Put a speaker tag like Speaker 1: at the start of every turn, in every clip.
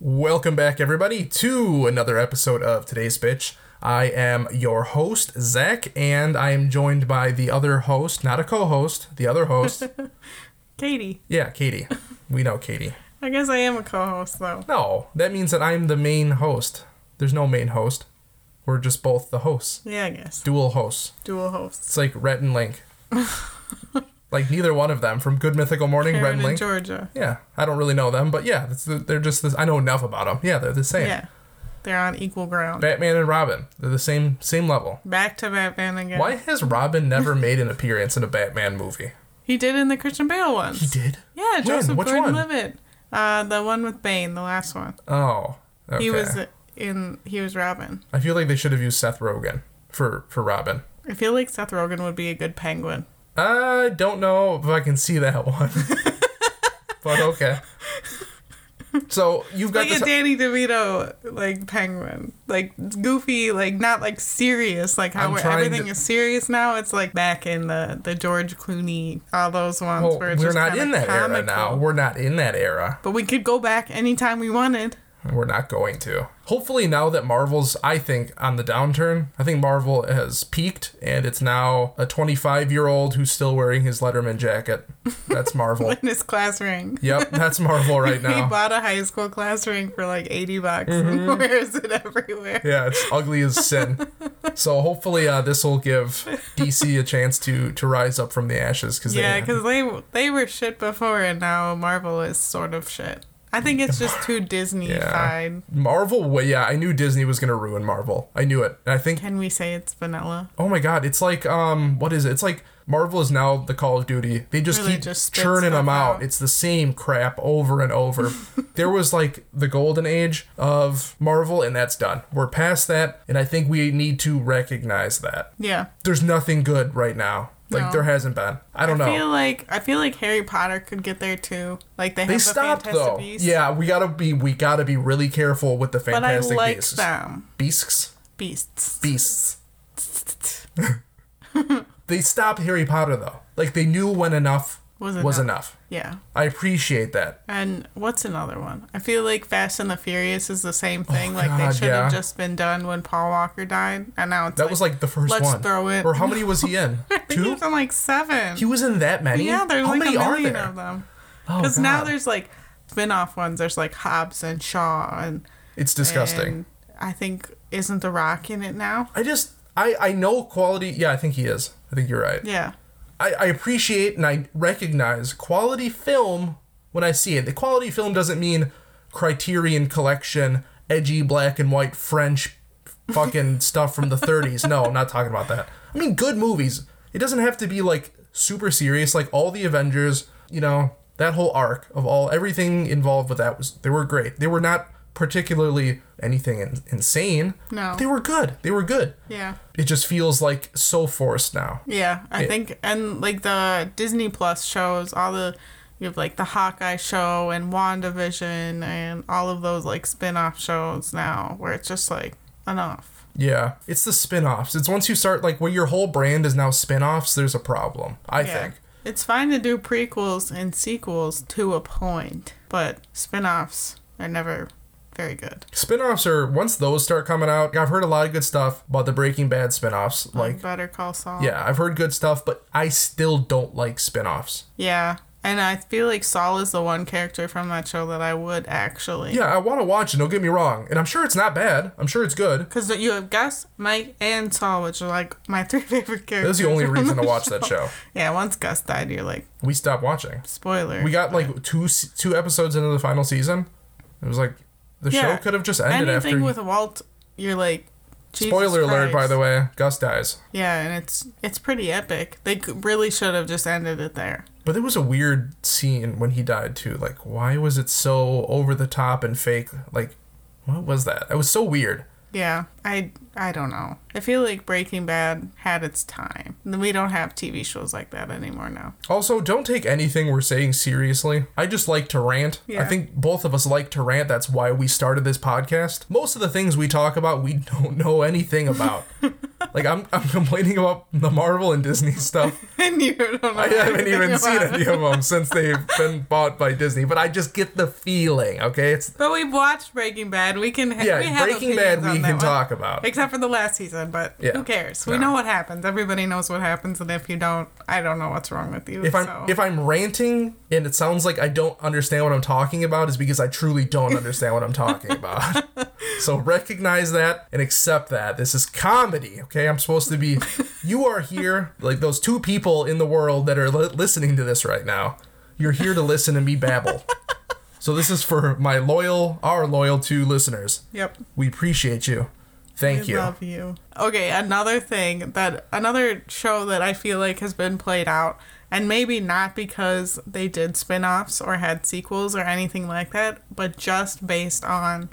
Speaker 1: Welcome back, everybody, to another episode of Today's Bitch. I am your host, Zach, and I am joined by the other host, not a co host, the other host.
Speaker 2: Katie.
Speaker 1: yeah, Katie. We know Katie.
Speaker 2: I guess I am a co host, though.
Speaker 1: No, that means that I'm the main host. There's no main host. We're just both the hosts,
Speaker 2: Yeah, I guess.
Speaker 1: dual hosts.
Speaker 2: Dual hosts.
Speaker 1: It's like Rhett and Link. like neither one of them from Good Mythical Morning, Rhett
Speaker 2: Karen
Speaker 1: and
Speaker 2: in
Speaker 1: Link.
Speaker 2: Georgia.
Speaker 1: Yeah, I don't really know them, but yeah, it's the, they're just this. I know enough about them. Yeah, they're the same.
Speaker 2: Yeah. They're on equal ground.
Speaker 1: Batman and Robin, they're the same same level.
Speaker 2: Back to Batman again.
Speaker 1: Why has Robin never made an appearance in a Batman movie?
Speaker 2: He did in the Christian Bale ones.
Speaker 1: He did.
Speaker 2: Yeah, Joseph
Speaker 1: Which one?
Speaker 2: Gordon-Levitt. Uh, the one with Bane, the last one.
Speaker 1: Oh, okay.
Speaker 2: He was in. He was Robin.
Speaker 1: I feel like they should have used Seth Rogen for for Robin.
Speaker 2: I feel like Seth Rogen would be a good Penguin.
Speaker 1: I don't know if I can see that one, but okay. So you've got
Speaker 2: Like a
Speaker 1: this.
Speaker 2: Danny DeVito, like Penguin, like goofy, like not like serious, like how
Speaker 1: I'm
Speaker 2: where
Speaker 1: trying
Speaker 2: everything
Speaker 1: to-
Speaker 2: is serious now. It's like back in the the George Clooney, all those ones
Speaker 1: Well,
Speaker 2: where it's
Speaker 1: Oh, we're
Speaker 2: just
Speaker 1: not
Speaker 2: kinda
Speaker 1: in that
Speaker 2: comical.
Speaker 1: era now. We're not in that era.
Speaker 2: But we could go back anytime we wanted.
Speaker 1: We're not going to. Hopefully, now that Marvel's, I think, on the downturn, I think Marvel has peaked and it's now a 25 year old who's still wearing his Letterman jacket. That's Marvel.
Speaker 2: In his class ring,
Speaker 1: yep, that's Marvel right
Speaker 2: he
Speaker 1: now. Mm-hmm.
Speaker 2: bought a high school class ring for like eighty bucks and wears it everywhere.
Speaker 1: Yeah, it's ugly as sin. So hopefully, uh, this will give DC a chance to to rise up from the ashes because
Speaker 2: Yeah,
Speaker 1: they,
Speaker 2: because they they were shit before, and now Marvel is sort of shit. I think it's just too Disney-fied.
Speaker 1: Marvel. Well, yeah, I knew Disney was gonna ruin Marvel. I knew it. And I think
Speaker 2: Can we say it's vanilla?
Speaker 1: Oh my god, it's like um, what is it? It's like Marvel is now the Call of Duty. They just
Speaker 2: Really
Speaker 1: keep
Speaker 2: just spit
Speaker 1: churning them
Speaker 2: stuff
Speaker 1: out.
Speaker 2: out.
Speaker 1: It's the same crap over and over. there was like the golden age of Marvel, and that's done. We're past that, and I think we need to recognize that.
Speaker 2: Yeah.
Speaker 1: There's nothing good right now. Like
Speaker 2: No.
Speaker 1: there hasn't been. I don't
Speaker 2: I
Speaker 1: know.
Speaker 2: feel like I feel like Harry Potter could get there too. Like they,
Speaker 1: They
Speaker 2: have
Speaker 1: stopped
Speaker 2: the
Speaker 1: though.
Speaker 2: Fantastic Beasts.
Speaker 1: Yeah, we gotta be we gotta be really careful with the
Speaker 2: but I
Speaker 1: Fantastic
Speaker 2: like
Speaker 1: Beasts.
Speaker 2: them
Speaker 1: Beasts.
Speaker 2: beasts.
Speaker 1: beasts. they stopped Harry Potter though. Like they knew when enough was
Speaker 2: Was
Speaker 1: enough.
Speaker 2: Yeah,
Speaker 1: I appreciate that.
Speaker 2: and what's another one? I feel like Fast and the Furious is the same thing. like
Speaker 1: Oh, God,
Speaker 2: they should
Speaker 1: yeah.
Speaker 2: have just been done when Paul Walker died, and now it's
Speaker 1: That was like the 1st
Speaker 2: let's
Speaker 1: one.
Speaker 2: throw it.
Speaker 1: Or how many was he in?
Speaker 2: he
Speaker 1: Two.
Speaker 2: was in like seven.
Speaker 1: He was in that many.
Speaker 2: yeah, there's
Speaker 1: how
Speaker 2: like
Speaker 1: many
Speaker 2: a
Speaker 1: are
Speaker 2: million
Speaker 1: there?
Speaker 2: of them.
Speaker 1: Oh,
Speaker 2: Because now
Speaker 1: God.
Speaker 2: there's like spin-off ones. There's like Hobbs and Shaw and
Speaker 1: It's disgusting.
Speaker 2: and I think isn't The Rock in it now?
Speaker 1: I just I I know quality. Yeah, I think he is. I think you're right.
Speaker 2: Yeah.
Speaker 1: I, I appreciate and I recognize quality film when I see it. The quality film doesn't mean Criterion Collection, edgy black and white French fucking stuff from the 30s. No, I'm not talking about that. I mean, good movies. It doesn't have to be like super serious, like all the Avengers, you know, that whole arc of all everything involved with that was they were great. They were not particularly anything in, insane.
Speaker 2: No.
Speaker 1: They were good. They were good.
Speaker 2: Yeah.
Speaker 1: It just feels like so forced now.
Speaker 2: Yeah, I think and like the Disney Plus shows, all the you have like the Hawkeye show and WandaVision and all of those like spin-off shows now where it's just like enough.
Speaker 1: Yeah, it's the spin-offs. It's once you start like when your whole brand is now spin-offs, there's a problem, I
Speaker 2: Yeah.
Speaker 1: think.
Speaker 2: It's fine to do prequels and sequels to a point, but spin-offs are never very good.
Speaker 1: Spin-offs are once those start coming out, I've heard a lot of good stuff about the Breaking Bad spin-offs.
Speaker 2: Uh-huh.
Speaker 1: Like
Speaker 2: Better Call Saul.
Speaker 1: yeah, I've heard good stuff, but I still don't like spin-offs.
Speaker 2: Yeah. And I feel like Saul is the one character from that show that I would actually
Speaker 1: Yeah, I want to watch it, don't get me wrong, and I'm sure it's not bad. I'm sure it's good.
Speaker 2: Because you have Gus, Mike, and Saul, which are like my three favorite characters.
Speaker 1: That was the only
Speaker 2: from
Speaker 1: reason
Speaker 2: the
Speaker 1: to watch that show.
Speaker 2: Yeah, once Gus died, you're like,
Speaker 1: We stopped watching.
Speaker 2: spoiler.
Speaker 1: We got like two se- two episodes into the final season. It was like the
Speaker 2: Yeah.
Speaker 1: show could have just ended
Speaker 2: anything
Speaker 1: after
Speaker 2: with Walt, you're like, Jesus
Speaker 1: Spoiler alert, by
Speaker 2: Christ.
Speaker 1: the way, Gus dies.
Speaker 2: Yeah, and it's it's pretty epic. They c- really should have just ended it there.
Speaker 1: But it was a weird scene when he died too. Like, why was it so over the top and fake? Like, what was that? It was so weird.
Speaker 2: Yeah, I I don't know. I feel like Breaking Bad had its time. We don't have TV shows like that anymore now.
Speaker 1: Also, don't take anything we're saying seriously. I just like to rant. I
Speaker 2: Yeah.
Speaker 1: think both of us like to rant. That's why we started this podcast. Most of the things we talk about, we don't know anything about. Like I'm I'm complaining about the Marvel and Disney stuff.
Speaker 2: and you don't know.
Speaker 1: I haven't even
Speaker 2: anything
Speaker 1: seen
Speaker 2: about
Speaker 1: any of them since they've been bought by Disney, but I just get the feeling, okay? It's
Speaker 2: But we've watched Breaking Bad. We can. Ha- we
Speaker 1: yeah,
Speaker 2: have
Speaker 1: Breaking Bad
Speaker 2: opinions on
Speaker 1: we
Speaker 2: that
Speaker 1: can
Speaker 2: one.
Speaker 1: talk about.
Speaker 2: Except for the last season, but
Speaker 1: Yeah.
Speaker 2: who cares? We
Speaker 1: No.
Speaker 2: know what happens. Everybody knows what happens, and if you don't, I don't know what's wrong with you.
Speaker 1: If I'm
Speaker 2: so.
Speaker 1: if I'm ranting and it sounds like I don't understand what I'm talking about is because I truly don't understand what I'm talking about. So recognize that and accept that. This is comedy, okay? I'm supposed to be you are here like those two people in the world that are li- listening to this right now. You're here to listen and be babble. So this is for my loyal our loyal two listeners.
Speaker 2: yep.
Speaker 1: We appreciate you. Thank
Speaker 2: I
Speaker 1: you.
Speaker 2: love you. Okay, another thing that another show that I feel like has been played out, and maybe not because they did spin offs or had sequels or anything like that, but just based on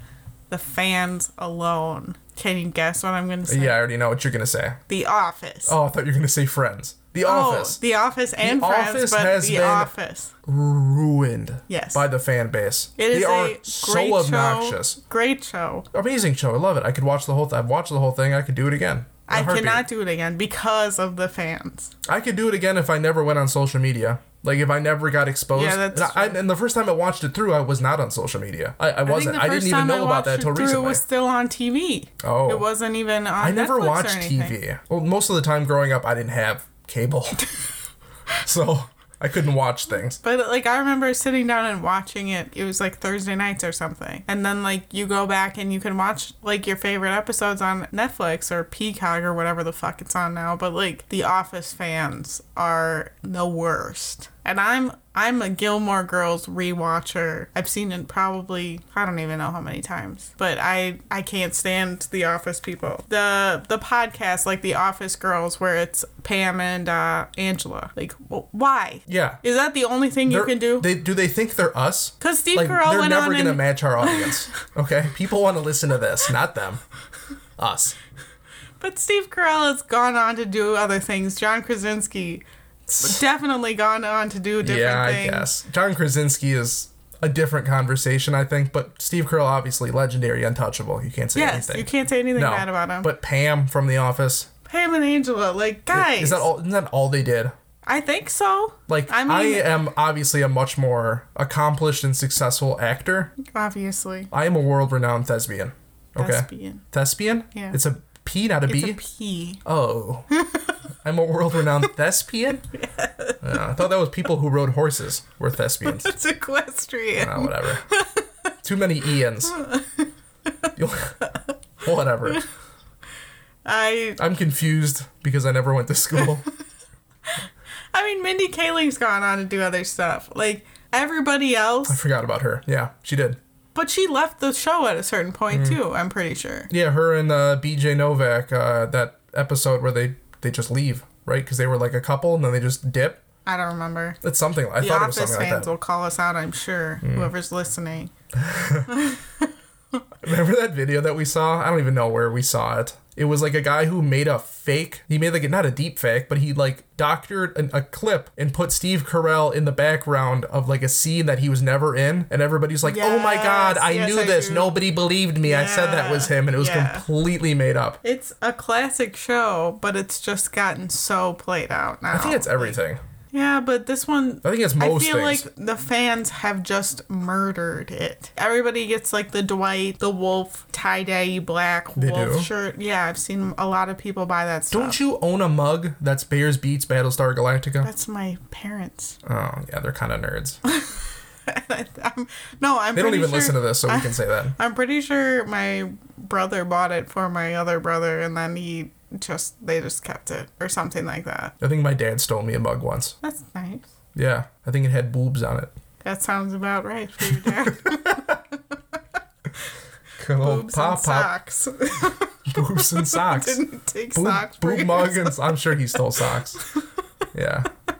Speaker 2: the fans alone. Can you guess what I'm going to say?
Speaker 1: Yeah, I already know what you're going to say.
Speaker 2: The Office.
Speaker 1: Oh, I thought you were going to say Friends.
Speaker 2: Oh,
Speaker 1: The Office.
Speaker 2: The Office and Friends,
Speaker 1: Office
Speaker 2: but
Speaker 1: has
Speaker 2: The
Speaker 1: been-
Speaker 2: Office.
Speaker 1: ruined
Speaker 2: Yes.
Speaker 1: by the fan base.
Speaker 2: It is
Speaker 1: they are
Speaker 2: a great
Speaker 1: so obnoxious.
Speaker 2: show. Great show.
Speaker 1: Amazing show. I love it. I could watch the whole th- I've watched the whole thing. I could do it again. in a
Speaker 2: I
Speaker 1: heartbeat.
Speaker 2: cannot do it again because of the fans.
Speaker 1: I could do it again if I never went on social media. Like if I never got exposed.
Speaker 2: Yeah, that's
Speaker 1: and, I, and the first time I watched it through, I was not on social media. I, I wasn't. I, didn't even know about that until
Speaker 2: through,
Speaker 1: recently.
Speaker 2: It was still on TV.
Speaker 1: Oh.
Speaker 2: It wasn't even on
Speaker 1: I never
Speaker 2: Netflix or
Speaker 1: watched
Speaker 2: anything.
Speaker 1: TV. Well, most of the time growing up, I didn't have cable, so I couldn't watch things.
Speaker 2: But like I remember sitting down and watching it. It was like Thursday nights or something. And then like you go back and you can watch like your favorite episodes on Netflix or Peacock or whatever the fuck it's on now. But like The Office fans are the worst. And I'm I'm a Gilmore Girls rewatcher. I've seen it probably I don't even know how many times. But I I can't stand The Office people. The the podcast like The Office Girls where it's Pam and uh, Angela. Like w- why?
Speaker 1: Yeah.
Speaker 2: Is that the only thing you
Speaker 1: They're-
Speaker 2: can do?
Speaker 1: They do they think they're us?
Speaker 2: Because Steve
Speaker 1: like
Speaker 2: Carell
Speaker 1: they're
Speaker 2: went
Speaker 1: never
Speaker 2: on
Speaker 1: gonna
Speaker 2: and
Speaker 1: match our audience. Okay, people want to listen to this, not them, us.
Speaker 2: but Steve Carell has gone on to do other things. John Krasinski definitely gone on to do different
Speaker 1: yeah,
Speaker 2: things.
Speaker 1: I guess John Krasinski is a different conversation, I think. But Steve Carell, obviously legendary, untouchable. You can't say
Speaker 2: Yes,
Speaker 1: anything.
Speaker 2: you can't say anything
Speaker 1: no,
Speaker 2: bad about him.
Speaker 1: But Pam from The Office
Speaker 2: Pam and Angela, like guys,
Speaker 1: is that all? Isn't that all they did?
Speaker 2: I think so.
Speaker 1: Like I,
Speaker 2: I mean,
Speaker 1: am obviously a much more accomplished and successful actor.
Speaker 2: obviously,
Speaker 1: I am a world-renowned thespian. Okay,
Speaker 2: thespian.
Speaker 1: thespian.
Speaker 2: Yeah.
Speaker 1: it's a P, not a B.
Speaker 2: It's a P.
Speaker 1: Oh. I'm a world renowned thespian? Yeah, I thought that was people who rode horses were thespians.
Speaker 2: It's equestrian.
Speaker 1: Oh, whatever. Too many Ians. You'll- whatever.
Speaker 2: I
Speaker 1: I'm confused because I never went to school.
Speaker 2: I mean, Mindy Kaling's gone on to do other stuff. Like everybody
Speaker 1: I
Speaker 2: else,
Speaker 1: forgot about her. Yeah, she did.
Speaker 2: but she left the show at a certain
Speaker 1: Mm.
Speaker 2: point too. I'm pretty sure.
Speaker 1: Yeah, her and uh, BJ Novak, uh, that episode where they, they just leave, right? Because they were like a couple and then they just dip.
Speaker 2: I don't remember.
Speaker 1: It's something. I
Speaker 2: The
Speaker 1: thought it was
Speaker 2: office
Speaker 1: something like
Speaker 2: fans
Speaker 1: that. Mm.
Speaker 2: will call us out, I'm sure. Whoever's listening.
Speaker 1: Remember that video that we saw? I don't even know where we saw it. It was like a guy who made a fake. He made like not a deep fake, but he like doctored an, a clip and put Steve Carell in the background of like a scene that he was never in, and everybody's like, "Oh my god,
Speaker 2: Yes,
Speaker 1: I
Speaker 2: yes,
Speaker 1: knew
Speaker 2: I
Speaker 1: this.
Speaker 2: do."
Speaker 1: Nobody believed me. I said that was
Speaker 2: Yeah,
Speaker 1: him, and it was
Speaker 2: yeah.
Speaker 1: completely made up."
Speaker 2: It's a classic show, but it's just gotten so played out now.
Speaker 1: I think it's everything.
Speaker 2: Yeah, but this one
Speaker 1: I think it's
Speaker 2: I
Speaker 1: most
Speaker 2: feel
Speaker 1: things.
Speaker 2: like the fans have just murdered it. Everybody gets like the Dwight, the Wolf, tie dye black wolf
Speaker 1: do?
Speaker 2: shirt. Yeah, I've seen a lot of people buy that stuff.
Speaker 1: Don't you own a mug that's Bears Beats Battlestar Galactica?
Speaker 2: uh, That's my parents.
Speaker 1: Oh yeah, they're kind of nerds.
Speaker 2: I'm, no, I'm.
Speaker 1: They don't
Speaker 2: pretty
Speaker 1: even
Speaker 2: sure-
Speaker 1: listen to this, so we can say that.
Speaker 2: I'm pretty sure my brother bought it for my other brother, and then he just they just kept it or something like that.
Speaker 1: I think my dad stole me a mug once.
Speaker 2: That's nice.
Speaker 1: Yeah, I think it had boobs on it.
Speaker 2: That sounds about right for your dad.
Speaker 1: Good old
Speaker 2: Boobs
Speaker 1: pop
Speaker 2: and
Speaker 1: pop
Speaker 2: socks.
Speaker 1: boobs and socks.
Speaker 2: Didn't take
Speaker 1: Boob,
Speaker 2: socks. for
Speaker 1: boob
Speaker 2: you.
Speaker 1: mug and I'm sure he stole socks. Yeah.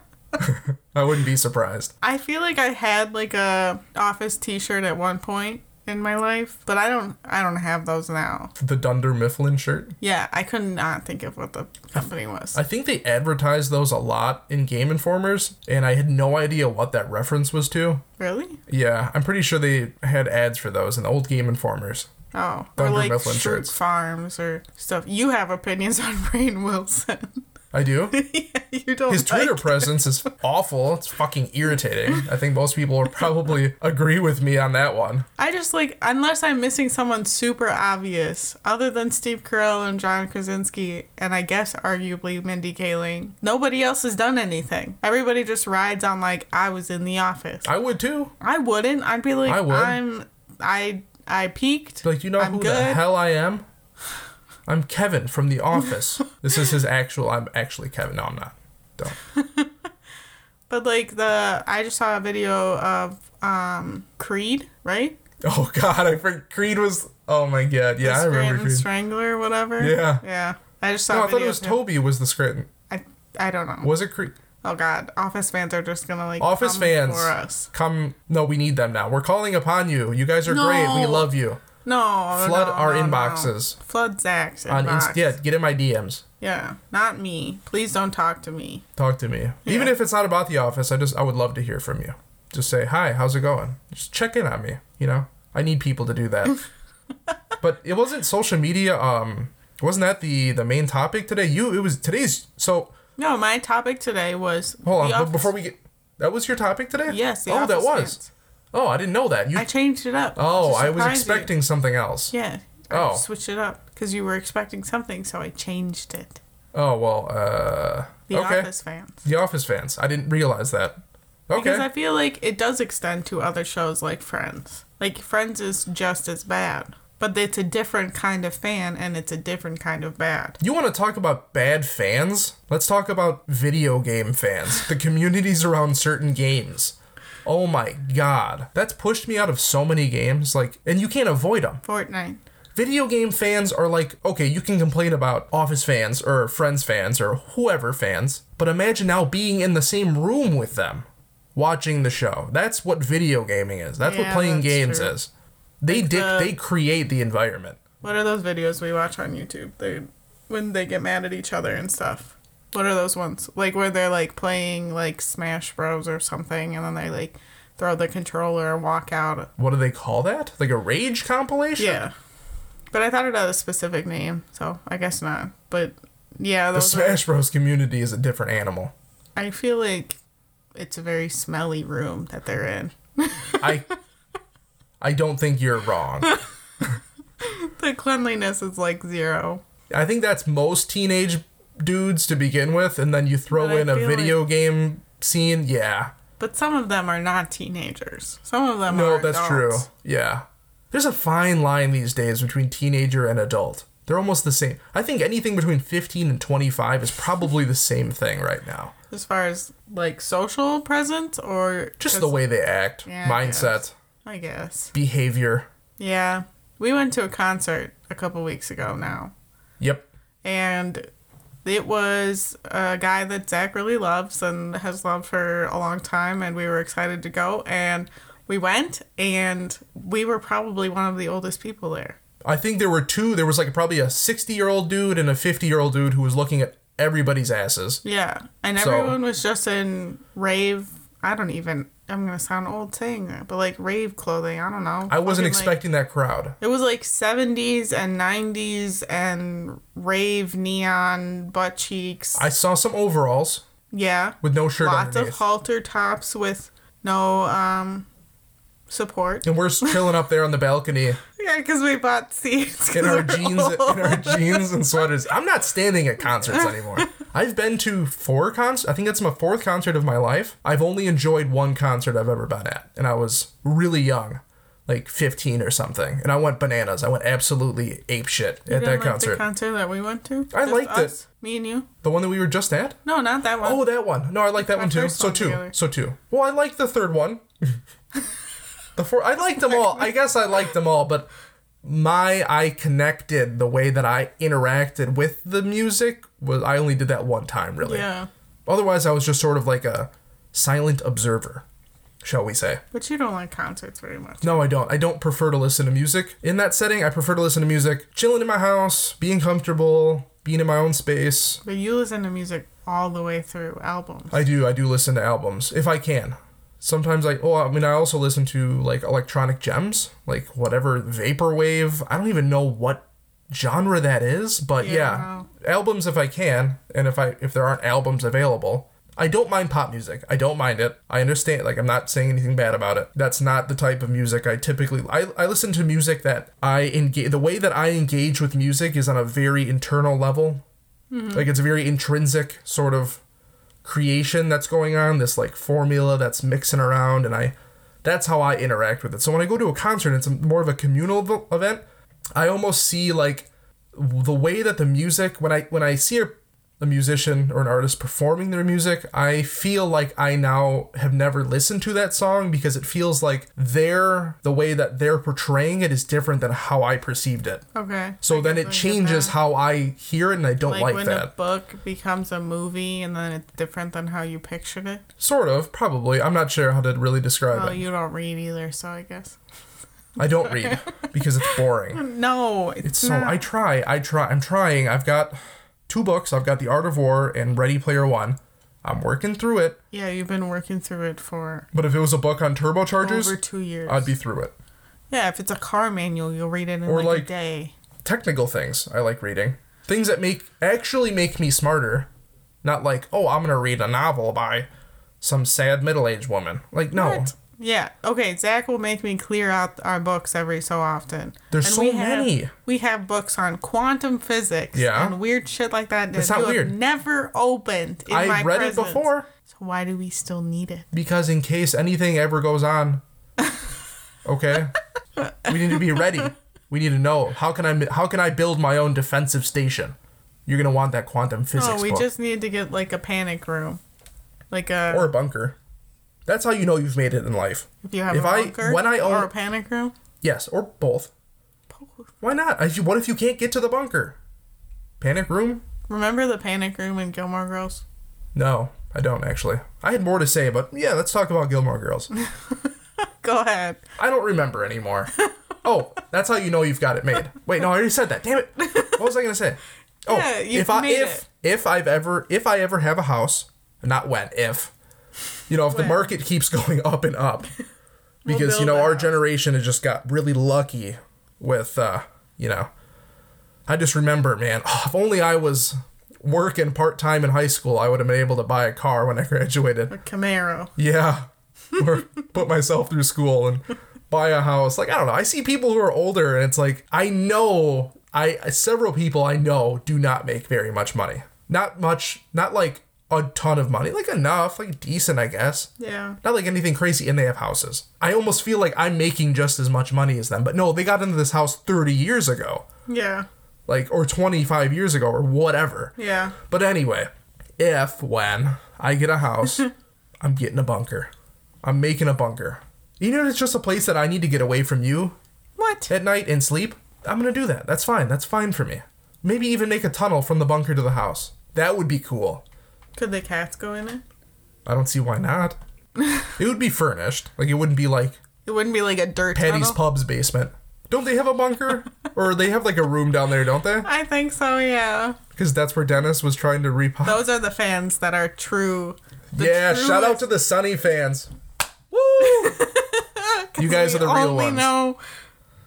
Speaker 1: I wouldn't be surprised.
Speaker 2: I feel like I had like a office T-shirt at one point in my life, but I don't. I don't have those now.
Speaker 1: The Dunder Mifflin shirt.
Speaker 2: Yeah, I could not think of what the company was.
Speaker 1: I think they advertised those a lot in Game Informers, and I had no idea what that reference was to.
Speaker 2: Really?
Speaker 1: Yeah, I'm pretty sure they had ads for those in the old Game Informers.
Speaker 2: Oh, or
Speaker 1: Thunder
Speaker 2: like
Speaker 1: Mifflin
Speaker 2: Shroot
Speaker 1: shirts.
Speaker 2: Farms or stuff. You have opinions on Rain Wilson.
Speaker 1: I do.
Speaker 2: yeah, you don't.
Speaker 1: His
Speaker 2: like-
Speaker 1: Twitter presence is awful. It's fucking irritating. I think most people are probably agree with me on that one.
Speaker 2: I just like unless I'm missing someone super obvious, other than Steve Carell and John Krasinski, and I guess arguably Mindy Kaling. Nobody else has done anything. Everybody just rides on like I was in the office.
Speaker 1: I would too.
Speaker 2: I wouldn't. I'd be like,
Speaker 1: I
Speaker 2: I
Speaker 1: would.
Speaker 2: am I I peaked.
Speaker 1: Like, you know
Speaker 2: I'm
Speaker 1: who the
Speaker 2: good.
Speaker 1: hell I am? I'm Kevin from The Office. this is his actual. I'm actually Kevin. No, I'm not. Don't.
Speaker 2: But like the I just saw a video of um Creed, right?
Speaker 1: Oh God, I for- Creed was. Oh my God, yeah, I
Speaker 2: Scranton
Speaker 1: remember Creed.
Speaker 2: Strangler, whatever.
Speaker 1: Yeah.
Speaker 2: Yeah. I just saw.
Speaker 1: No,
Speaker 2: a
Speaker 1: I thought it
Speaker 2: video
Speaker 1: was
Speaker 2: of him.
Speaker 1: Toby was the Scranton.
Speaker 2: I I don't know.
Speaker 1: Was it Creed?
Speaker 2: Oh God, Office fans are just gonna like
Speaker 1: Office
Speaker 2: come
Speaker 1: fans.
Speaker 2: for us.
Speaker 1: Come, no, we need them now. We're calling upon you. You guys are great. We
Speaker 2: No.
Speaker 1: love you.
Speaker 2: No,
Speaker 1: Flood
Speaker 2: no,
Speaker 1: our
Speaker 2: no, no.
Speaker 1: inboxes
Speaker 2: Flood Zach's
Speaker 1: on
Speaker 2: inbox.
Speaker 1: Insta. Yeah, get in my DMs.
Speaker 2: yeah, not me. Please don't talk to me.
Speaker 1: Talk to me. Even if it's not about the office, I just I would love to hear from you. Just say hi. How's it going? Just check in on me. You know, I need people to do that. but it wasn't social media. Um, wasn't that the the main topic today? You it was today's. So
Speaker 2: No, my topic today was
Speaker 1: Hold on,
Speaker 2: The
Speaker 1: but
Speaker 2: Office-
Speaker 1: before we get that was your topic today.
Speaker 2: Yes, the
Speaker 1: oh, that
Speaker 2: Office
Speaker 1: was.
Speaker 2: fans.
Speaker 1: Oh, I didn't know that. You.
Speaker 2: I changed it up.
Speaker 1: oh,
Speaker 2: to
Speaker 1: I was
Speaker 2: surprise you.
Speaker 1: expecting something else.
Speaker 2: Yeah.
Speaker 1: Oh.
Speaker 2: I switched it up because you were expecting something, so I changed it.
Speaker 1: Oh well. Uh.
Speaker 2: The
Speaker 1: okay.
Speaker 2: Office fans.
Speaker 1: The Office fans. I didn't realize that. Okay.
Speaker 2: Because I feel like it does extend to other shows like Friends. Like Friends is just as bad, but it's a different kind of fan and it's a different kind of bad.
Speaker 1: you want to talk about bad fans? Let's talk about video game fans. the communities around certain games. Oh my god. That's pushed me out of so many games like and you can't avoid them.
Speaker 2: Fortnite.
Speaker 1: Video game fans are like, okay, you can complain about Office fans or Friends fans or whoever fans, but imagine now being in the same room with them watching the show. That's what video gaming is. That's what
Speaker 2: Yeah,
Speaker 1: playing
Speaker 2: that's
Speaker 1: games
Speaker 2: true.
Speaker 1: is. They dic-
Speaker 2: the-
Speaker 1: they create the environment.
Speaker 2: What are those videos we watch on YouTube? They when they get mad at each other and stuff. What are those ones? Like where they're like playing like Smash Bros or something and then they like throw the controller and walk out.
Speaker 1: What do they call that? Like a rage compilation?
Speaker 2: Yeah. But I thought it had a specific name, so I guess not. But yeah,
Speaker 1: The
Speaker 2: those are,
Speaker 1: Smash Bros community is a different animal.
Speaker 2: I feel like it's a very smelly room that they're in.
Speaker 1: I I don't think you're wrong.
Speaker 2: The cleanliness is like zero.
Speaker 1: I think that's most teenage dudes to begin with and then you throw
Speaker 2: But I
Speaker 1: in a
Speaker 2: feel
Speaker 1: video game scene. Yeah.
Speaker 2: But some of them are not teenagers. Some of them
Speaker 1: No,
Speaker 2: are
Speaker 1: that's
Speaker 2: adults.
Speaker 1: true. Yeah. There's a fine line these days between teenager and adult. They're almost the same. I think anything between 15 and 25 is probably the same thing right now.
Speaker 2: As far as like social presence or
Speaker 1: Just
Speaker 2: 'cause-
Speaker 1: the way they act,
Speaker 2: Yeah, I
Speaker 1: mindset,
Speaker 2: guess. I guess.
Speaker 1: behavior.
Speaker 2: Yeah. We went to a concert a couple weeks ago now.
Speaker 1: Yep.
Speaker 2: And it was a guy that Zach really loves and has loved for a long time. And we were excited to go. And we went, and we were probably one of the oldest people there.
Speaker 1: I think there were two. There was like probably a 60 year old dude and a 50 year old dude who was looking at everybody's asses.
Speaker 2: Yeah. And
Speaker 1: So-
Speaker 2: everyone was just in rave. I don't even, I'm going to sound old saying that, but like rave clothing. I don't know.
Speaker 1: I wasn't
Speaker 2: Fucking, like,
Speaker 1: expecting that crowd.
Speaker 2: It was like 70s and 90s and rave neon butt cheeks.
Speaker 1: I saw some overalls
Speaker 2: yeah.
Speaker 1: with no shirt
Speaker 2: Lots of
Speaker 1: underneath.
Speaker 2: halter tops with no um support.
Speaker 1: and we're chilling up there on the balcony
Speaker 2: Yeah, because we bought seats. 'cause
Speaker 1: in our
Speaker 2: we're
Speaker 1: jeans in
Speaker 2: old.
Speaker 1: our jeans and sweaters. I'm not standing at concerts anymore. I've been to four concerts. I think that's my fourth concert of my life. I've only enjoyed one concert I've ever been at, and I was really young, like 15 or something. And I went bananas. I went absolutely apeshit
Speaker 2: You
Speaker 1: at
Speaker 2: didn't
Speaker 1: that
Speaker 2: like
Speaker 1: concert.
Speaker 2: The concert that we went to.
Speaker 1: I liked it.
Speaker 2: Me and you.
Speaker 1: the one that we were just at.
Speaker 2: No, not that one.
Speaker 1: Oh, that one. No, I like that one too.
Speaker 2: first
Speaker 1: So
Speaker 2: one
Speaker 1: two.
Speaker 2: together.
Speaker 1: So two. Well, I like the third one. the four. I like them all. I guess I like them all, but my I connected the way that I interacted with the music was I only did that one time really.
Speaker 2: Yeah,
Speaker 1: Otherwise, I was just sort of like a silent observer, shall we say.
Speaker 2: but you don't like concerts very much.
Speaker 1: No, I don't. I don't prefer to listen to music. In that setting, I prefer to listen to music chilling in my house, being comfortable, being in my own space.
Speaker 2: But you listen to music all the way through albums.
Speaker 1: I do. I do listen to albums if I can. sometimes like oh I mean I also listen to like electronic gems, like whatever vaporwave. I don't even know what genre that is, but yeah, albums if I can, and if I if there aren't albums available. I don't mind pop music. I don't mind it. I understand. Like, I'm not saying anything bad about it. That's not the type of music I typically. I, I listen to music that I engage. The way that I engage with music is on a very internal level. Like, it's a very intrinsic sort of creation that's going on, this like formula that's mixing around, and I that's how I interact with it. So when I go to a concert, it's more of a communal v- event. I almost see like w- the way that the music when I when I see a, a musician or an artist performing their music, I feel like I now have never listened to that song because it feels like their the way that they're portraying it is different than how I perceived it.
Speaker 2: Okay.
Speaker 1: So
Speaker 2: I
Speaker 1: then
Speaker 2: guess
Speaker 1: it
Speaker 2: I get
Speaker 1: changes
Speaker 2: that.
Speaker 1: how I hear it, and I don't
Speaker 2: like,
Speaker 1: like,
Speaker 2: when
Speaker 1: that.
Speaker 2: a book becomes a movie and then it's different than how you pictured it.
Speaker 1: Sort of, probably. I'm not sure how to really describe
Speaker 2: Oh,
Speaker 1: it.
Speaker 2: you don't read either, so I guess.
Speaker 1: I don't read because it's boring.
Speaker 2: No, it's,
Speaker 1: It's so
Speaker 2: not.
Speaker 1: I try, I try, I'm trying. I've got two books. I've got The Art of War and Ready Player One. I'm working through it,
Speaker 2: yeah, you've been working through it for
Speaker 1: but if it was a book on
Speaker 2: over
Speaker 1: turbochargers,
Speaker 2: two years.
Speaker 1: I'd be through it.
Speaker 2: yeah, if it's a car manual, you'll read it in
Speaker 1: Or,
Speaker 2: like, a
Speaker 1: like-
Speaker 2: day.
Speaker 1: Technical things I like reading. Things that make actually make me smarter. Not like, oh, I'm gonna read a novel by some sad middle aged woman. Like, no.
Speaker 2: What? Yeah. Okay. Zach will make me clear out our books every so often.
Speaker 1: There's so
Speaker 2: we have-
Speaker 1: many.
Speaker 2: We have books on quantum physics.
Speaker 1: Yeah.
Speaker 2: And weird shit like that. that
Speaker 1: It's not
Speaker 2: you have
Speaker 1: weird.
Speaker 2: Never opened. In
Speaker 1: I
Speaker 2: my
Speaker 1: read
Speaker 2: presence.
Speaker 1: it before.
Speaker 2: So why do we still need it?
Speaker 1: because in case anything ever goes on, okay, we need to be ready. We need to know how can I how can I build my own defensive station. You're gonna want that quantum physics
Speaker 2: No, Oh, we
Speaker 1: book
Speaker 2: just need to get like a panic room, like a
Speaker 1: or a bunker. That's how you know you've made it in life.
Speaker 2: if you have
Speaker 1: if
Speaker 2: a
Speaker 1: I-
Speaker 2: bunker
Speaker 1: when I
Speaker 2: or
Speaker 1: own-
Speaker 2: a panic room.
Speaker 1: Yes, or both. Why not? I- What if you can't get to the bunker? Panic room?
Speaker 2: Remember the panic room in Gilmore Girls?
Speaker 1: No, I don't actually. I had more to say, but yeah, let's talk about Gilmore Girls.
Speaker 2: Go ahead.
Speaker 1: I don't remember anymore. oh, that's how you know you've got it made. Wait, no, I already said that. Damn it. What was I gonna say? Oh,
Speaker 2: Yeah, you've
Speaker 1: if I
Speaker 2: made
Speaker 1: if if I've ever if I ever have a house, not when if, you know, if
Speaker 2: When.
Speaker 1: the market keeps going up and up, because you
Speaker 2: build
Speaker 1: know
Speaker 2: that
Speaker 1: our
Speaker 2: house.
Speaker 1: generation has just got really lucky with uh, you know. I just remember, man. if only I was working part time in high school, I would have been able to buy a car when I graduated.
Speaker 2: A Camaro.
Speaker 1: Yeah. Or put myself through school and buy a house. Like, I don't know. I see people who are older and it's like, I know, I several people I know do not make very much money. Not much, not like a ton of money, like enough, like decent, I guess.
Speaker 2: Yeah.
Speaker 1: Not like anything crazy, and they have houses. I almost feel like I'm making just as much money as them, but no, they got into this house 30 years ago,
Speaker 2: Yeah.
Speaker 1: like, or 25 years ago, or whatever.
Speaker 2: Yeah.
Speaker 1: But anyway, if when I get a house, I'm getting a bunker. I'm making a bunker. You know, it's just a place that I need to get away from you
Speaker 2: What?
Speaker 1: at night and sleep. I'm gonna do that. That's fine. That's fine for me. Maybe even make a tunnel from the bunker to the house. That would be cool.
Speaker 2: Could the cats go in it?
Speaker 1: I don't see why not. it would be furnished. Like it wouldn't be like
Speaker 2: It wouldn't be like a dirt
Speaker 1: Patty's
Speaker 2: tunnel.
Speaker 1: Pub's basement. Don't they have a bunker? or they have like a room down there, don't they?
Speaker 2: I think so. Yeah.
Speaker 1: Because that's where Dennis was trying to repop.
Speaker 2: Those are the fans that are true. The
Speaker 1: yeah, shout out
Speaker 2: truest-
Speaker 1: to the Sunny fans. Woo! you guys are the
Speaker 2: we
Speaker 1: real
Speaker 2: only
Speaker 1: ones.
Speaker 2: know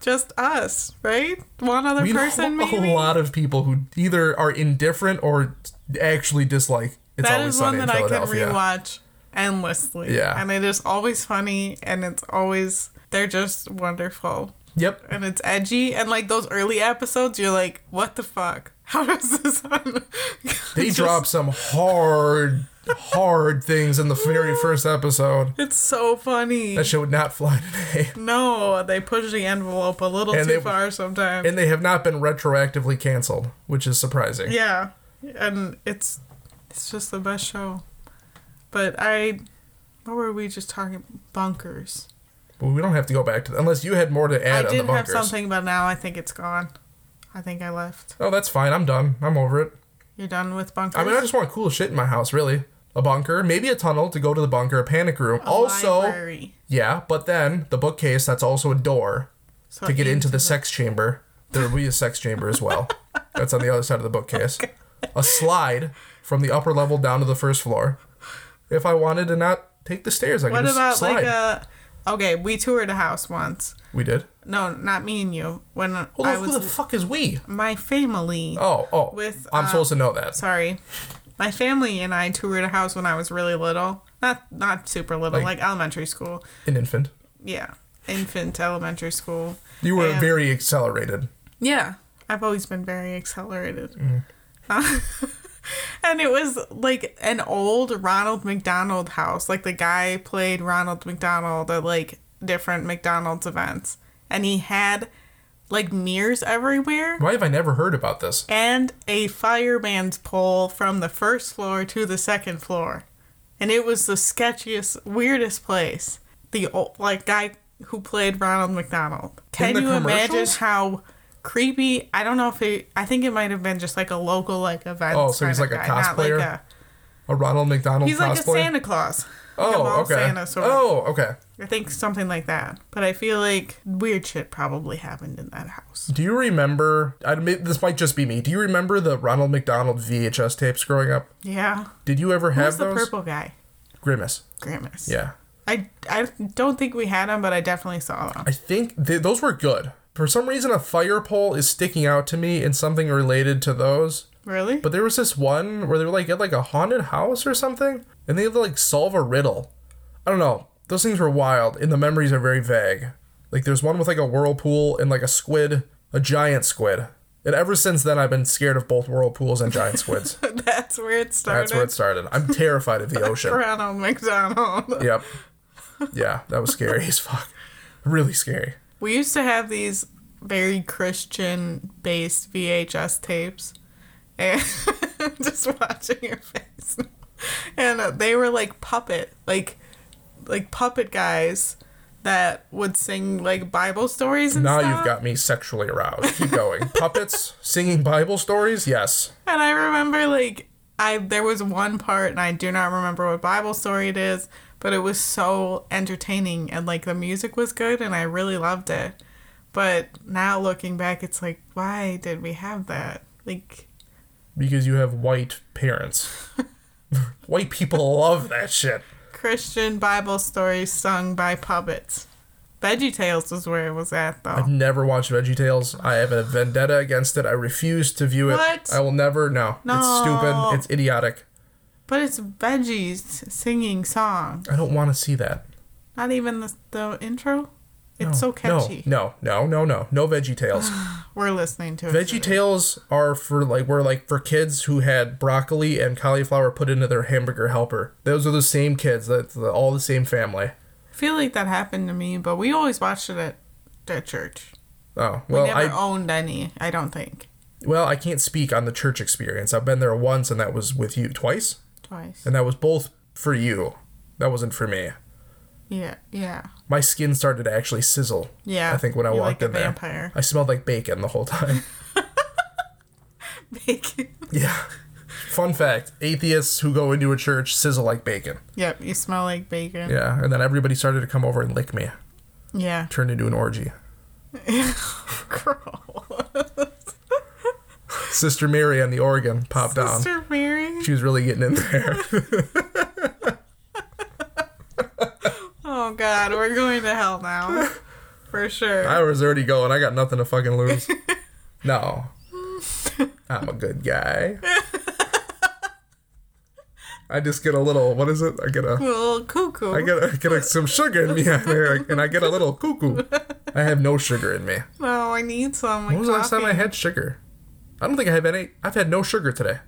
Speaker 2: just us, right? One other
Speaker 1: we
Speaker 2: person,
Speaker 1: know
Speaker 2: maybe.
Speaker 1: a lot of people who either are indifferent or actually dislike. It's
Speaker 2: that
Speaker 1: always
Speaker 2: is one
Speaker 1: sunny in
Speaker 2: that I can
Speaker 1: Philadelphia.
Speaker 2: rewatch endlessly.
Speaker 1: Yeah.
Speaker 2: and it is always funny, and it's always they're just wonderful,
Speaker 1: Yep.
Speaker 2: and it's edgy, and like those early episodes, you're like, what the fuck? How does this? On?
Speaker 1: They
Speaker 2: Just-
Speaker 1: drop some hard, hard things in the very first episode.
Speaker 2: It's so funny.
Speaker 1: That shit would not fly today.
Speaker 2: no, they push the envelope a little
Speaker 1: And
Speaker 2: too
Speaker 1: they-
Speaker 2: far sometimes.
Speaker 1: And they have not been retroactively canceled, which is surprising.
Speaker 2: Yeah, and it's it's just the best show. But I, what were we just talking? Bunkers.
Speaker 1: But we don't have to go back to that unless you had more to add
Speaker 2: I
Speaker 1: on the
Speaker 2: did have
Speaker 1: bunkers.
Speaker 2: something, but now I think it's gone. I think I left.
Speaker 1: Oh, that's fine. I'm done. I'm over it.
Speaker 2: You're done with bunkers.
Speaker 1: I mean, I just want cool shit in my house, really. A bunker, maybe a tunnel to go to the bunker, a panic room.
Speaker 2: A
Speaker 1: also,
Speaker 2: library.
Speaker 1: yeah, but then the bookcase, that's also a door
Speaker 2: So
Speaker 1: to get into the sex chamber. There will be a sex chamber as well. That's on the other side of the bookcase. A slide from the upper level down to the first floor. If I wanted to not Take the stairs. I can
Speaker 2: What
Speaker 1: just
Speaker 2: about
Speaker 1: slide.
Speaker 2: like uh, a? Okay, we toured a house once.
Speaker 1: we did.
Speaker 2: No, not me and you. When
Speaker 1: Hold
Speaker 2: I
Speaker 1: on. Who
Speaker 2: was
Speaker 1: the fuck is we?
Speaker 2: my family.
Speaker 1: Oh, oh.
Speaker 2: With,
Speaker 1: I'm
Speaker 2: uh,
Speaker 1: supposed to know that.
Speaker 2: Sorry, my family and I toured a house when I was really little. Not not super little,
Speaker 1: Like-
Speaker 2: like elementary school.
Speaker 1: An infant.
Speaker 2: Yeah, infant elementary school.
Speaker 1: You were
Speaker 2: And-
Speaker 1: very accelerated.
Speaker 2: Yeah, I've always been very accelerated. Uh, and it was like an old Ronald McDonald house. Like the guy played Ronald McDonald at like different McDonald's events, and he had like mirrors everywhere
Speaker 1: Why have I never heard about this?
Speaker 2: and a fireman's pole from the first floor to the second floor. And it was the sketchiest, weirdest place. The old, like guy who played Ronald McDonald. Can
Speaker 1: the
Speaker 2: you imagine
Speaker 1: commercials?
Speaker 2: how creepy? I don't know if it. I think it might have been just like a local like event.
Speaker 1: Oh, so he's
Speaker 2: kind of
Speaker 1: like a
Speaker 2: guy, not
Speaker 1: cosplayer?
Speaker 2: a-
Speaker 1: A Ronald McDonald
Speaker 2: he's
Speaker 1: cosplay.
Speaker 2: like a Santa Claus. Like a
Speaker 1: oh,
Speaker 2: mall
Speaker 1: okay.
Speaker 2: Santa sort of.
Speaker 1: oh, okay.
Speaker 2: I think something like that. But I feel like weird shit probably happened in that house.
Speaker 1: Do you remember? I admit this might just be me. Do you remember the Ronald McDonald VHS tapes growing up?
Speaker 2: Yeah.
Speaker 1: Did you ever have
Speaker 2: Who's the
Speaker 1: those?
Speaker 2: purple guy?
Speaker 1: Grimace.
Speaker 2: Grimace.
Speaker 1: Yeah,
Speaker 2: I, I don't think we had them, but I definitely saw them.
Speaker 1: I think th- those were good. For some reason, a fire pole is sticking out to me in something related to those.
Speaker 2: Really?
Speaker 1: But there was this one where they were like at like a haunted house or something, and they had to like solve a riddle. I don't know. Those things were wild, and the memories are very vague. Like there's one with like a whirlpool and like a squid, a giant squid. And ever since then, I've been scared of both whirlpools and giant squids.
Speaker 2: That's where it started.
Speaker 1: That's where it started. I'm terrified of the ocean.
Speaker 2: Ronald McDonald.
Speaker 1: Yep. Yeah, that was scary as fuck. Really scary.
Speaker 2: We used to have these very Christian based VHS tapes. And just watching your face. And uh, they were like puppet, like like puppet guys that would sing like Bible stories and
Speaker 1: Now
Speaker 2: stuff.
Speaker 1: you've got me sexually aroused. Keep going. Puppets singing Bible stories. Yes.
Speaker 2: And I remember like I there was one part and I do not remember what Bible story it is, but it was so entertaining and like the music was good and I really loved it. But now looking back it's like why did we have that? Like
Speaker 1: Because you have white parents. white people love that shit.
Speaker 2: Christian Bible stories sung by puppets. Veggie Tales was where it was at though.
Speaker 1: Never watched VeggieTales. I have a vendetta against it. I refuse to view it.
Speaker 2: What?
Speaker 1: I will never. No. It's
Speaker 2: No.
Speaker 1: stupid. It's idiotic.
Speaker 2: But it's veggies singing song.
Speaker 1: I don't want to see that.
Speaker 2: Not even the, the intro. It's
Speaker 1: No,
Speaker 2: so catchy.
Speaker 1: No, no, no, no, no. No VeggieTales.
Speaker 2: We're listening to it.
Speaker 1: Veggie Tales are for like were like for kids who had broccoli and cauliflower put into their hamburger helper. Those are the same kids. That's the, all the same family.
Speaker 2: feel like that happened to me, but we always watched it at their church.
Speaker 1: Oh
Speaker 2: We
Speaker 1: well,
Speaker 2: never
Speaker 1: I
Speaker 2: owned any, I don't think.
Speaker 1: well I can't speak on the church experience. I've been there once, and that was with you twice,
Speaker 2: Twice.
Speaker 1: and that was both for you. That wasn't for me.
Speaker 2: Yeah, yeah.
Speaker 1: My skin started to actually sizzle.
Speaker 2: Yeah.
Speaker 1: I think when I
Speaker 2: You're
Speaker 1: walked
Speaker 2: like a
Speaker 1: in there,
Speaker 2: vampire.
Speaker 1: I smelled like bacon the whole time.
Speaker 2: Bacon.
Speaker 1: yeah. Fun fact: atheists who go into a church sizzle like bacon.
Speaker 2: yep, you smell like bacon.
Speaker 1: Yeah, and then everybody started to come over and lick me.
Speaker 2: Yeah.
Speaker 1: Turned into an orgy. Sister Mary on the organ popped on.
Speaker 2: Sister Mary.
Speaker 1: She was really getting in there.
Speaker 2: Oh god, we're going to hell now. For sure.
Speaker 1: I was already going. I got nothing to fucking lose. No. I'm a good guy. I just get a little, what is it? I get a,
Speaker 2: Little cuckoo.
Speaker 1: I get, a, I get a, some sugar in me out there, and I get a little cuckoo. I have no sugar in me.
Speaker 2: no, Oh, I need some. Like
Speaker 1: When was the last time I had sugar? I don't think I have any. I've had no sugar today.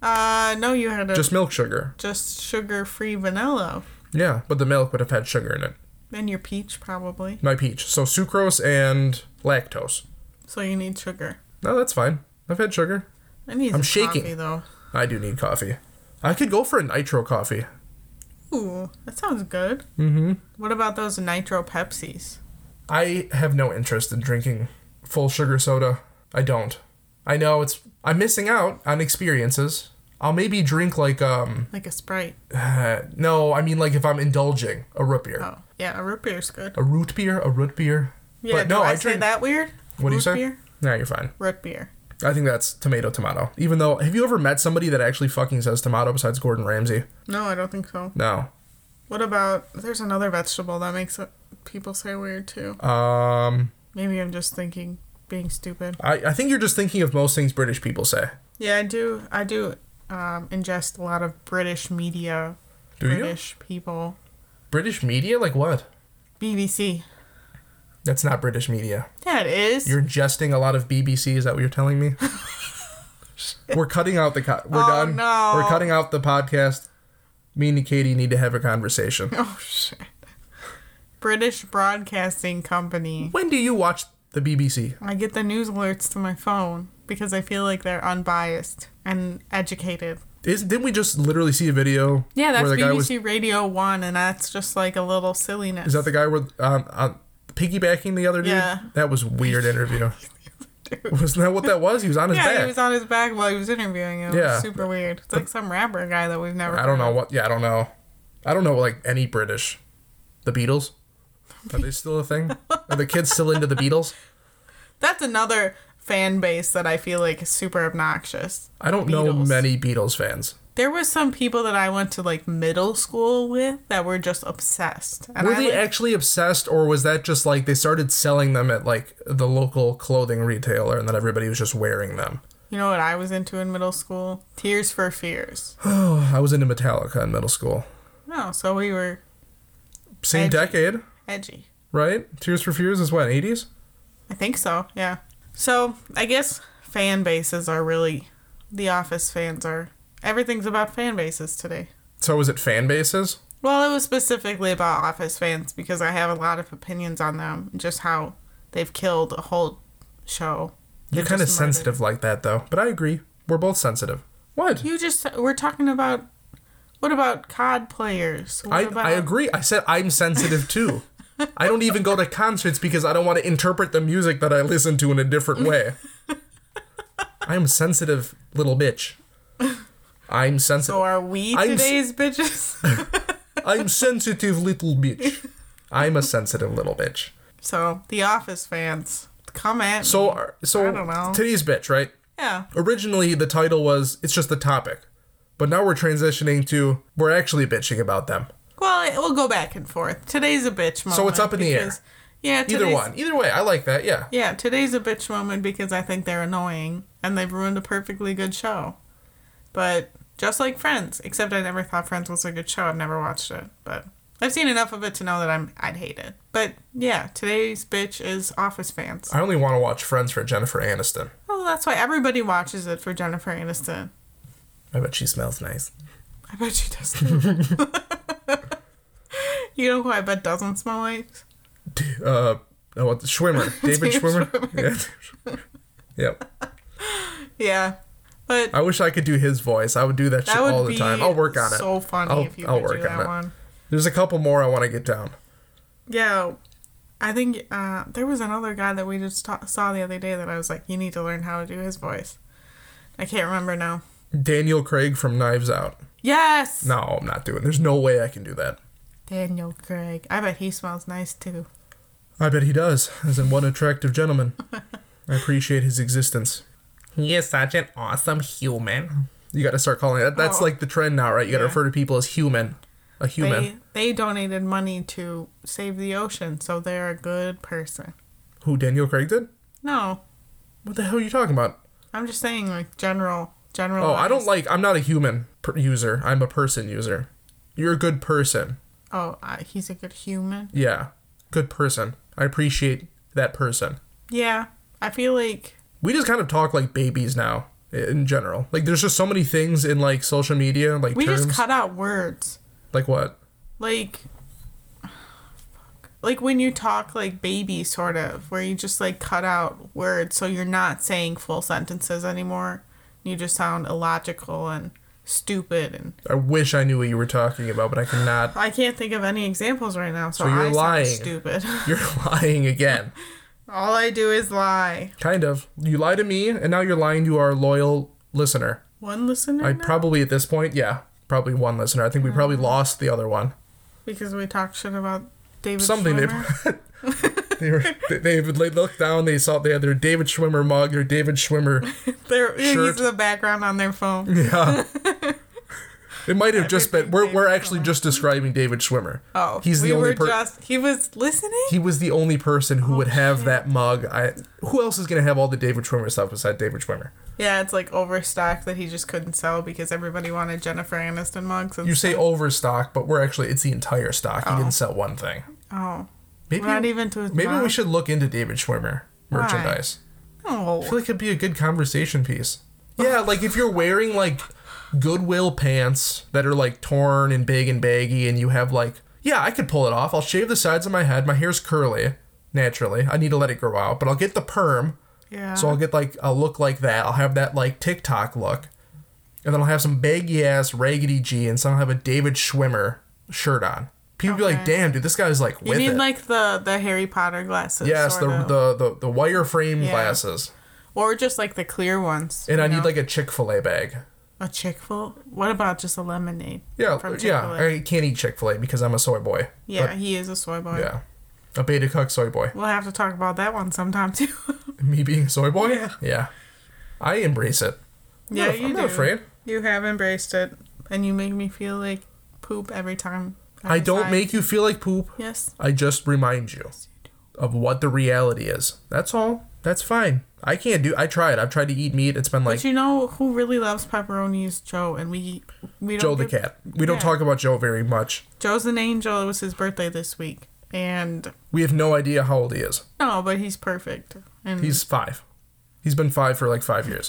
Speaker 2: I? Uh, no, you had a just,
Speaker 1: Just milk sugar.
Speaker 2: sugar-free vanilla.
Speaker 1: Yeah, but the milk would have had sugar in it.
Speaker 2: And your peach, probably.
Speaker 1: My peach. So sucrose and lactose.
Speaker 2: So you need sugar.
Speaker 1: No, that's fine. I've had sugar.
Speaker 2: I need
Speaker 1: I'm
Speaker 2: some
Speaker 1: shaking.
Speaker 2: coffee, though.
Speaker 1: I do need coffee. I could go for a nitro coffee.
Speaker 2: Ooh, that sounds good.
Speaker 1: Mm-hmm.
Speaker 2: What about those nitro Pepsis?
Speaker 1: I have no interest in drinking full sugar soda. I don't. I know it's. I'm missing out on experiences. I'll maybe drink like um.
Speaker 2: Like a Sprite.
Speaker 1: no, I mean like if I'm indulging a root beer,
Speaker 2: Oh, yeah, a root beer's good.
Speaker 1: a root beer, a root beer.
Speaker 2: Yeah,
Speaker 1: but no,
Speaker 2: do
Speaker 1: I,
Speaker 2: I, say
Speaker 1: drink.
Speaker 2: that weird?
Speaker 1: What do you
Speaker 2: root
Speaker 1: say?
Speaker 2: Beer?
Speaker 1: Nah, you're fine.
Speaker 2: Root beer.
Speaker 1: I think that's tomato tomato. Even though, have you ever met somebody that actually fucking says tomato besides Gordon Ramsay?
Speaker 2: No, I don't think so.
Speaker 1: No.
Speaker 2: What about there's another vegetable that makes it- people say weird too.
Speaker 1: Um,
Speaker 2: Maybe I'm just thinking being stupid.
Speaker 1: I, I think you're just thinking of most things British people say.
Speaker 2: Yeah, I do. I do um, ingest a lot of British media.
Speaker 1: Do you?
Speaker 2: British people.
Speaker 1: British media? Like what?
Speaker 2: BBC.
Speaker 1: That's not British media.
Speaker 2: Yeah, it is.
Speaker 1: You're ingesting a lot of BBC. Is that what you're telling me? we're cutting out the. Co- we're
Speaker 2: Oh,
Speaker 1: done.
Speaker 2: no.
Speaker 1: We're cutting out the podcast. Me and Katie need to have a conversation.
Speaker 2: oh shit. British Broadcasting Company.
Speaker 1: When do you watch the BBC?
Speaker 2: I get the news alerts to my phone because I feel like they're unbiased and educated.
Speaker 1: Is, didn't we just literally see a video?
Speaker 2: Yeah, that's
Speaker 1: where the guy
Speaker 2: BBC
Speaker 1: was.
Speaker 2: Radio One, and that's just like a little silliness.
Speaker 1: Is that the guy where um, uh, piggybacking the other dude?
Speaker 2: Yeah.
Speaker 1: That was weird interview. Wasn't that what that was? He was on his
Speaker 2: Yeah,
Speaker 1: back.
Speaker 2: he was on his back while he was interviewing him. It
Speaker 1: Yeah.
Speaker 2: was super weird. It's like some rapper guy that we've never.
Speaker 1: I don't know what. Yeah, I don't know. I don't know like any British. The Beatles. Are they still a thing? Are the kids still into the Beatles?
Speaker 2: That's another fan base that I feel like is super obnoxious.
Speaker 1: I don't know
Speaker 2: Beatles.
Speaker 1: many Beatles fans.
Speaker 2: There was some people that I went to like middle school with that were just obsessed. And
Speaker 1: Were
Speaker 2: I,
Speaker 1: they
Speaker 2: like-
Speaker 1: actually obsessed, or was that just like they started selling them at like the local clothing retailer, and then everybody was just wearing them?
Speaker 2: you know what I was into in middle school? Tears for Fears.
Speaker 1: I was into Metallica in middle school.
Speaker 2: No, so we were
Speaker 1: Same
Speaker 2: Edgy.
Speaker 1: decade,
Speaker 2: edgy.
Speaker 1: right? Tears for Fears is what eighties.
Speaker 2: I think so. Yeah. So I guess fan bases are really the Office fans are. Everything's about fan bases today.
Speaker 1: So was it fan bases?
Speaker 2: Well, it was specifically about Office fans because I have a lot of opinions on them, just how they've killed a whole show.
Speaker 1: You're
Speaker 2: They've
Speaker 1: kind of
Speaker 2: just murdered-
Speaker 1: sensitive like that, though. But I agree, we're both sensitive. What?
Speaker 2: You just we're talking about what about COD players? What
Speaker 1: I,
Speaker 2: about
Speaker 1: I agree. I said I'm sensitive too. I don't even go to concerts because I don't want to interpret the music that I listen to in a different way. I'm a sensitive little bitch. I'm sensitive.
Speaker 2: So are we
Speaker 1: I'm s-
Speaker 2: today's bitches?
Speaker 1: I'm sensitive little bitch. I'm a sensitive little bitch.
Speaker 2: so the Office fans come at me.
Speaker 1: So so
Speaker 2: I don't know.
Speaker 1: today's bitch, right?
Speaker 2: yeah.
Speaker 1: Originally the title was it's just the topic. But now we're transitioning to we're actually bitching about them.
Speaker 2: Well, it, we'll go back and forth. Today's a bitch moment.
Speaker 1: it's up in the air.
Speaker 2: because- Yeah,
Speaker 1: Either
Speaker 2: today's-
Speaker 1: one. Either way, I like that. Yeah.
Speaker 2: Yeah, today's a bitch moment because I think they're annoying and they've ruined a perfectly good show. But just like Friends, except I never thought Friends was a good show. I've never watched it, but I've seen enough of it to know that I'm I'd hate it. But yeah, today's bitch is Office fans.
Speaker 1: I only want to watch Friends for Jennifer Aniston.
Speaker 2: Oh, that's why everybody watches it for Jennifer Aniston.
Speaker 1: I bet she smells nice.
Speaker 2: I bet she does. too. you know who I bet doesn't smell like?
Speaker 1: uh, oh, what, Schwimmer, David Schwimmer. Yeah. yep.
Speaker 2: Yeah, but
Speaker 1: I wish I could do his voice. I would do that, Oh, shit
Speaker 2: that would
Speaker 1: all the
Speaker 2: be
Speaker 1: time. I'll work on it.
Speaker 2: So funny
Speaker 1: I'll-
Speaker 2: if you
Speaker 1: I'll
Speaker 2: could
Speaker 1: work
Speaker 2: do
Speaker 1: on
Speaker 2: that
Speaker 1: it.
Speaker 2: one.
Speaker 1: There's a couple more I want to get down.
Speaker 2: Yeah, I think uh, there was another guy that we just ta- saw the other day that I was like, you need to learn how to do his voice. I can't remember now.
Speaker 1: Daniel Craig from Knives Out.
Speaker 2: Yes,
Speaker 1: No, I'm not doing. There's no way I can do that.
Speaker 2: Daniel Craig. I bet he smells nice too.
Speaker 1: I bet he does. As in, one attractive gentleman. I appreciate his existence. He is such an awesome human. You got to start calling that. That's
Speaker 2: Oh.
Speaker 1: like the trend now, right? You got to
Speaker 2: Yeah.
Speaker 1: refer to people as human. A human.
Speaker 2: They they donated money to save the ocean, so they're a good person.
Speaker 1: Who Daniel Craig did?
Speaker 2: No,
Speaker 1: What the hell are you talking about?
Speaker 2: I'm just saying like general general.
Speaker 1: Oh, I don't like. I'm not a human per- user. I'm a person user. You're a good person.
Speaker 2: Oh, uh, he's a good human.
Speaker 1: Yeah, good person. I appreciate that person.
Speaker 2: Yeah, I feel like
Speaker 1: We just kind of talk like babies now i- in general. Like, there's just so many things in like social media, like
Speaker 2: we
Speaker 1: terms,
Speaker 2: just cut out words.
Speaker 1: like what?
Speaker 2: like like when you talk like baby sort of where you just like cut out words so you're not saying full sentences anymore you just sound illogical and stupid and
Speaker 1: I wish I knew what you were talking about, but I cannot.
Speaker 2: i can't think of any examples right now so,
Speaker 1: So you're
Speaker 2: I sound
Speaker 1: lying.
Speaker 2: stupid
Speaker 1: You're lying again.
Speaker 2: all i do is lie
Speaker 1: Kind of. You lie to me, and now you're lying to our loyal listener.
Speaker 2: one listener
Speaker 1: I
Speaker 2: now?
Speaker 1: probably at this point, yeah, probably one listener. I think we probably lost the other one.
Speaker 2: because we talked shit about david
Speaker 1: something they
Speaker 2: Schwimmer.
Speaker 1: they were they, they would like, look down they saw they had their David Schwimmer mug their David Schwimmer
Speaker 2: they're he's
Speaker 1: shirt.
Speaker 2: the background on their phone
Speaker 1: yeah It might have just been.
Speaker 2: Everything
Speaker 1: We're,
Speaker 2: David
Speaker 1: we're actually
Speaker 2: Schwimmer.
Speaker 1: just describing David Schwimmer.
Speaker 2: Oh,
Speaker 1: he's the
Speaker 2: we
Speaker 1: only
Speaker 2: were
Speaker 1: person.
Speaker 2: just Oh, he was listening.
Speaker 1: he was the only person who would have that mug. I who else is gonna have all the David Schwimmer stuff besides David Schwimmer?
Speaker 2: Yeah, it's like overstock that he just couldn't sell because everybody wanted Jennifer Aniston mugs. And
Speaker 1: You say overstock, but we're actually it's the entire stock. He didn't sell one thing.
Speaker 2: oh,
Speaker 1: Maybe
Speaker 2: not even to his
Speaker 1: maybe
Speaker 2: mom.
Speaker 1: we should look into David Schwimmer merchandise. I
Speaker 2: Oh,
Speaker 1: feel like it'd be a good conversation piece. Yeah, like if you're wearing like Goodwill pants that are like torn and big and baggy, and you have like, yeah, I could pull it off. I'll shave the sides of my head. My hair's curly naturally. I need to let it grow out, but I'll get the perm.
Speaker 2: yeah.
Speaker 1: So I'll get like I'll look like that. I'll have that like TikTok look, and then I'll have some baggy ass raggedy G, and some have a David Schwimmer shirt on. People be like,
Speaker 2: Okay.
Speaker 1: "Damn, dude, this guy's like
Speaker 2: you
Speaker 1: with
Speaker 2: need
Speaker 1: it."
Speaker 2: like the the Harry Potter glasses.
Speaker 1: yes, the,
Speaker 2: sort of.
Speaker 1: the the the wireframe
Speaker 2: Yeah.
Speaker 1: glasses,
Speaker 2: or just like the clear ones.
Speaker 1: and
Speaker 2: you
Speaker 1: I need
Speaker 2: know?
Speaker 1: like a Chick Fil A bag.
Speaker 2: a Chick Fil. What about just a lemonade?
Speaker 1: Yeah,
Speaker 2: from
Speaker 1: yeah.
Speaker 2: Chick-fil-A.
Speaker 1: I can't eat Chick Fil A because I'm a soy boy.
Speaker 2: Yeah, he is a soy boy.
Speaker 1: But, yeah, a beta cuck soy boy.
Speaker 2: We'll have to talk about that one sometime too.
Speaker 1: Me being a soy boy.
Speaker 2: Yeah.
Speaker 1: yeah. I embrace it. I'm
Speaker 2: yeah,
Speaker 1: not,
Speaker 2: you
Speaker 1: I'm
Speaker 2: do.
Speaker 1: not afraid.
Speaker 2: You have embraced it, and you make me feel like poop every time.
Speaker 1: I don't
Speaker 2: decide-
Speaker 1: make you feel like poop.
Speaker 2: Yes.
Speaker 1: I just remind you of what the reality is. That's all. That's fine. I can't do. I tried. I've tried to eat meat. It's been like
Speaker 2: But you know who really loves pepperoni is Joe, and we we don't
Speaker 1: Joe the
Speaker 2: give-
Speaker 1: cat. We don't
Speaker 2: Yeah.
Speaker 1: talk about Joe very much.
Speaker 2: Joe's an angel. It was his birthday this week, and
Speaker 1: We have no idea how old he is.
Speaker 2: no, but he's perfect, and
Speaker 1: He's five. He's been five for like five years.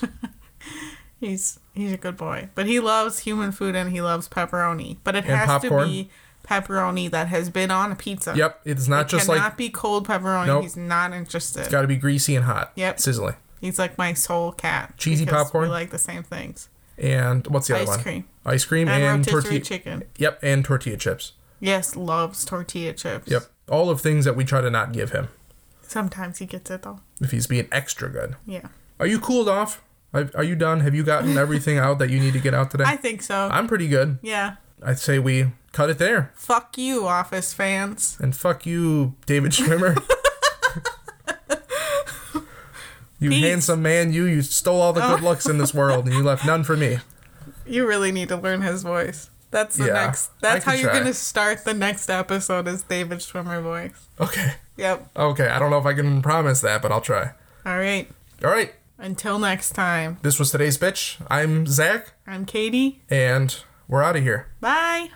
Speaker 2: he's he's a good boy. But he loves human food and he loves pepperoni. But it
Speaker 1: And
Speaker 2: has
Speaker 1: popcorn.
Speaker 2: to be pepperoni that has been on a pizza.
Speaker 1: yep. It's not
Speaker 2: It
Speaker 1: just
Speaker 2: cannot
Speaker 1: like
Speaker 2: be cold pepperoni.
Speaker 1: Nope.
Speaker 2: He's not interested.
Speaker 1: got to be greasy and hot.
Speaker 2: Yep.
Speaker 1: Sizzling.
Speaker 2: He's like my soul cat.
Speaker 1: Cheesy
Speaker 2: because
Speaker 1: popcorn?
Speaker 2: We like the same things.
Speaker 1: And what's the other
Speaker 2: Ice
Speaker 1: one?
Speaker 2: cream.
Speaker 1: Ice cream
Speaker 2: And,
Speaker 1: and
Speaker 2: rotisserie
Speaker 1: tortilla.
Speaker 2: chicken.
Speaker 1: Yep, and tortilla chips.
Speaker 2: Yes, loves tortilla chips.
Speaker 1: Yep. All of things that we try to not give him
Speaker 2: Sometimes he gets it though.
Speaker 1: if he's being extra good.
Speaker 2: Yeah.
Speaker 1: Are you cooled off? Are are you done? Have you gotten everything out that you need to get out today?
Speaker 2: I think so.
Speaker 1: I'm pretty good.
Speaker 2: yeah.
Speaker 1: I'd say we cut it there.
Speaker 2: Fuck you, office fans.
Speaker 1: And fuck you, David Schwimmer. you
Speaker 2: Peace. Oh.
Speaker 1: handsome man, you. You stole all the good looks in this world and you left none for me.
Speaker 2: You really need to learn his voice. That's the
Speaker 1: Yeah,
Speaker 2: next.
Speaker 1: I
Speaker 2: That's how
Speaker 1: can
Speaker 2: you're
Speaker 1: try.
Speaker 2: gonna start the next episode is David Schwimmer voice.
Speaker 1: Okay.
Speaker 2: Yep.
Speaker 1: Okay. I don't know if I can promise that, but I'll try.
Speaker 2: All right.
Speaker 1: All right.
Speaker 2: Until next time.
Speaker 1: This was today's bitch. I'm Zach,
Speaker 2: I'm Katie.
Speaker 1: and we're out of here.
Speaker 2: Bye.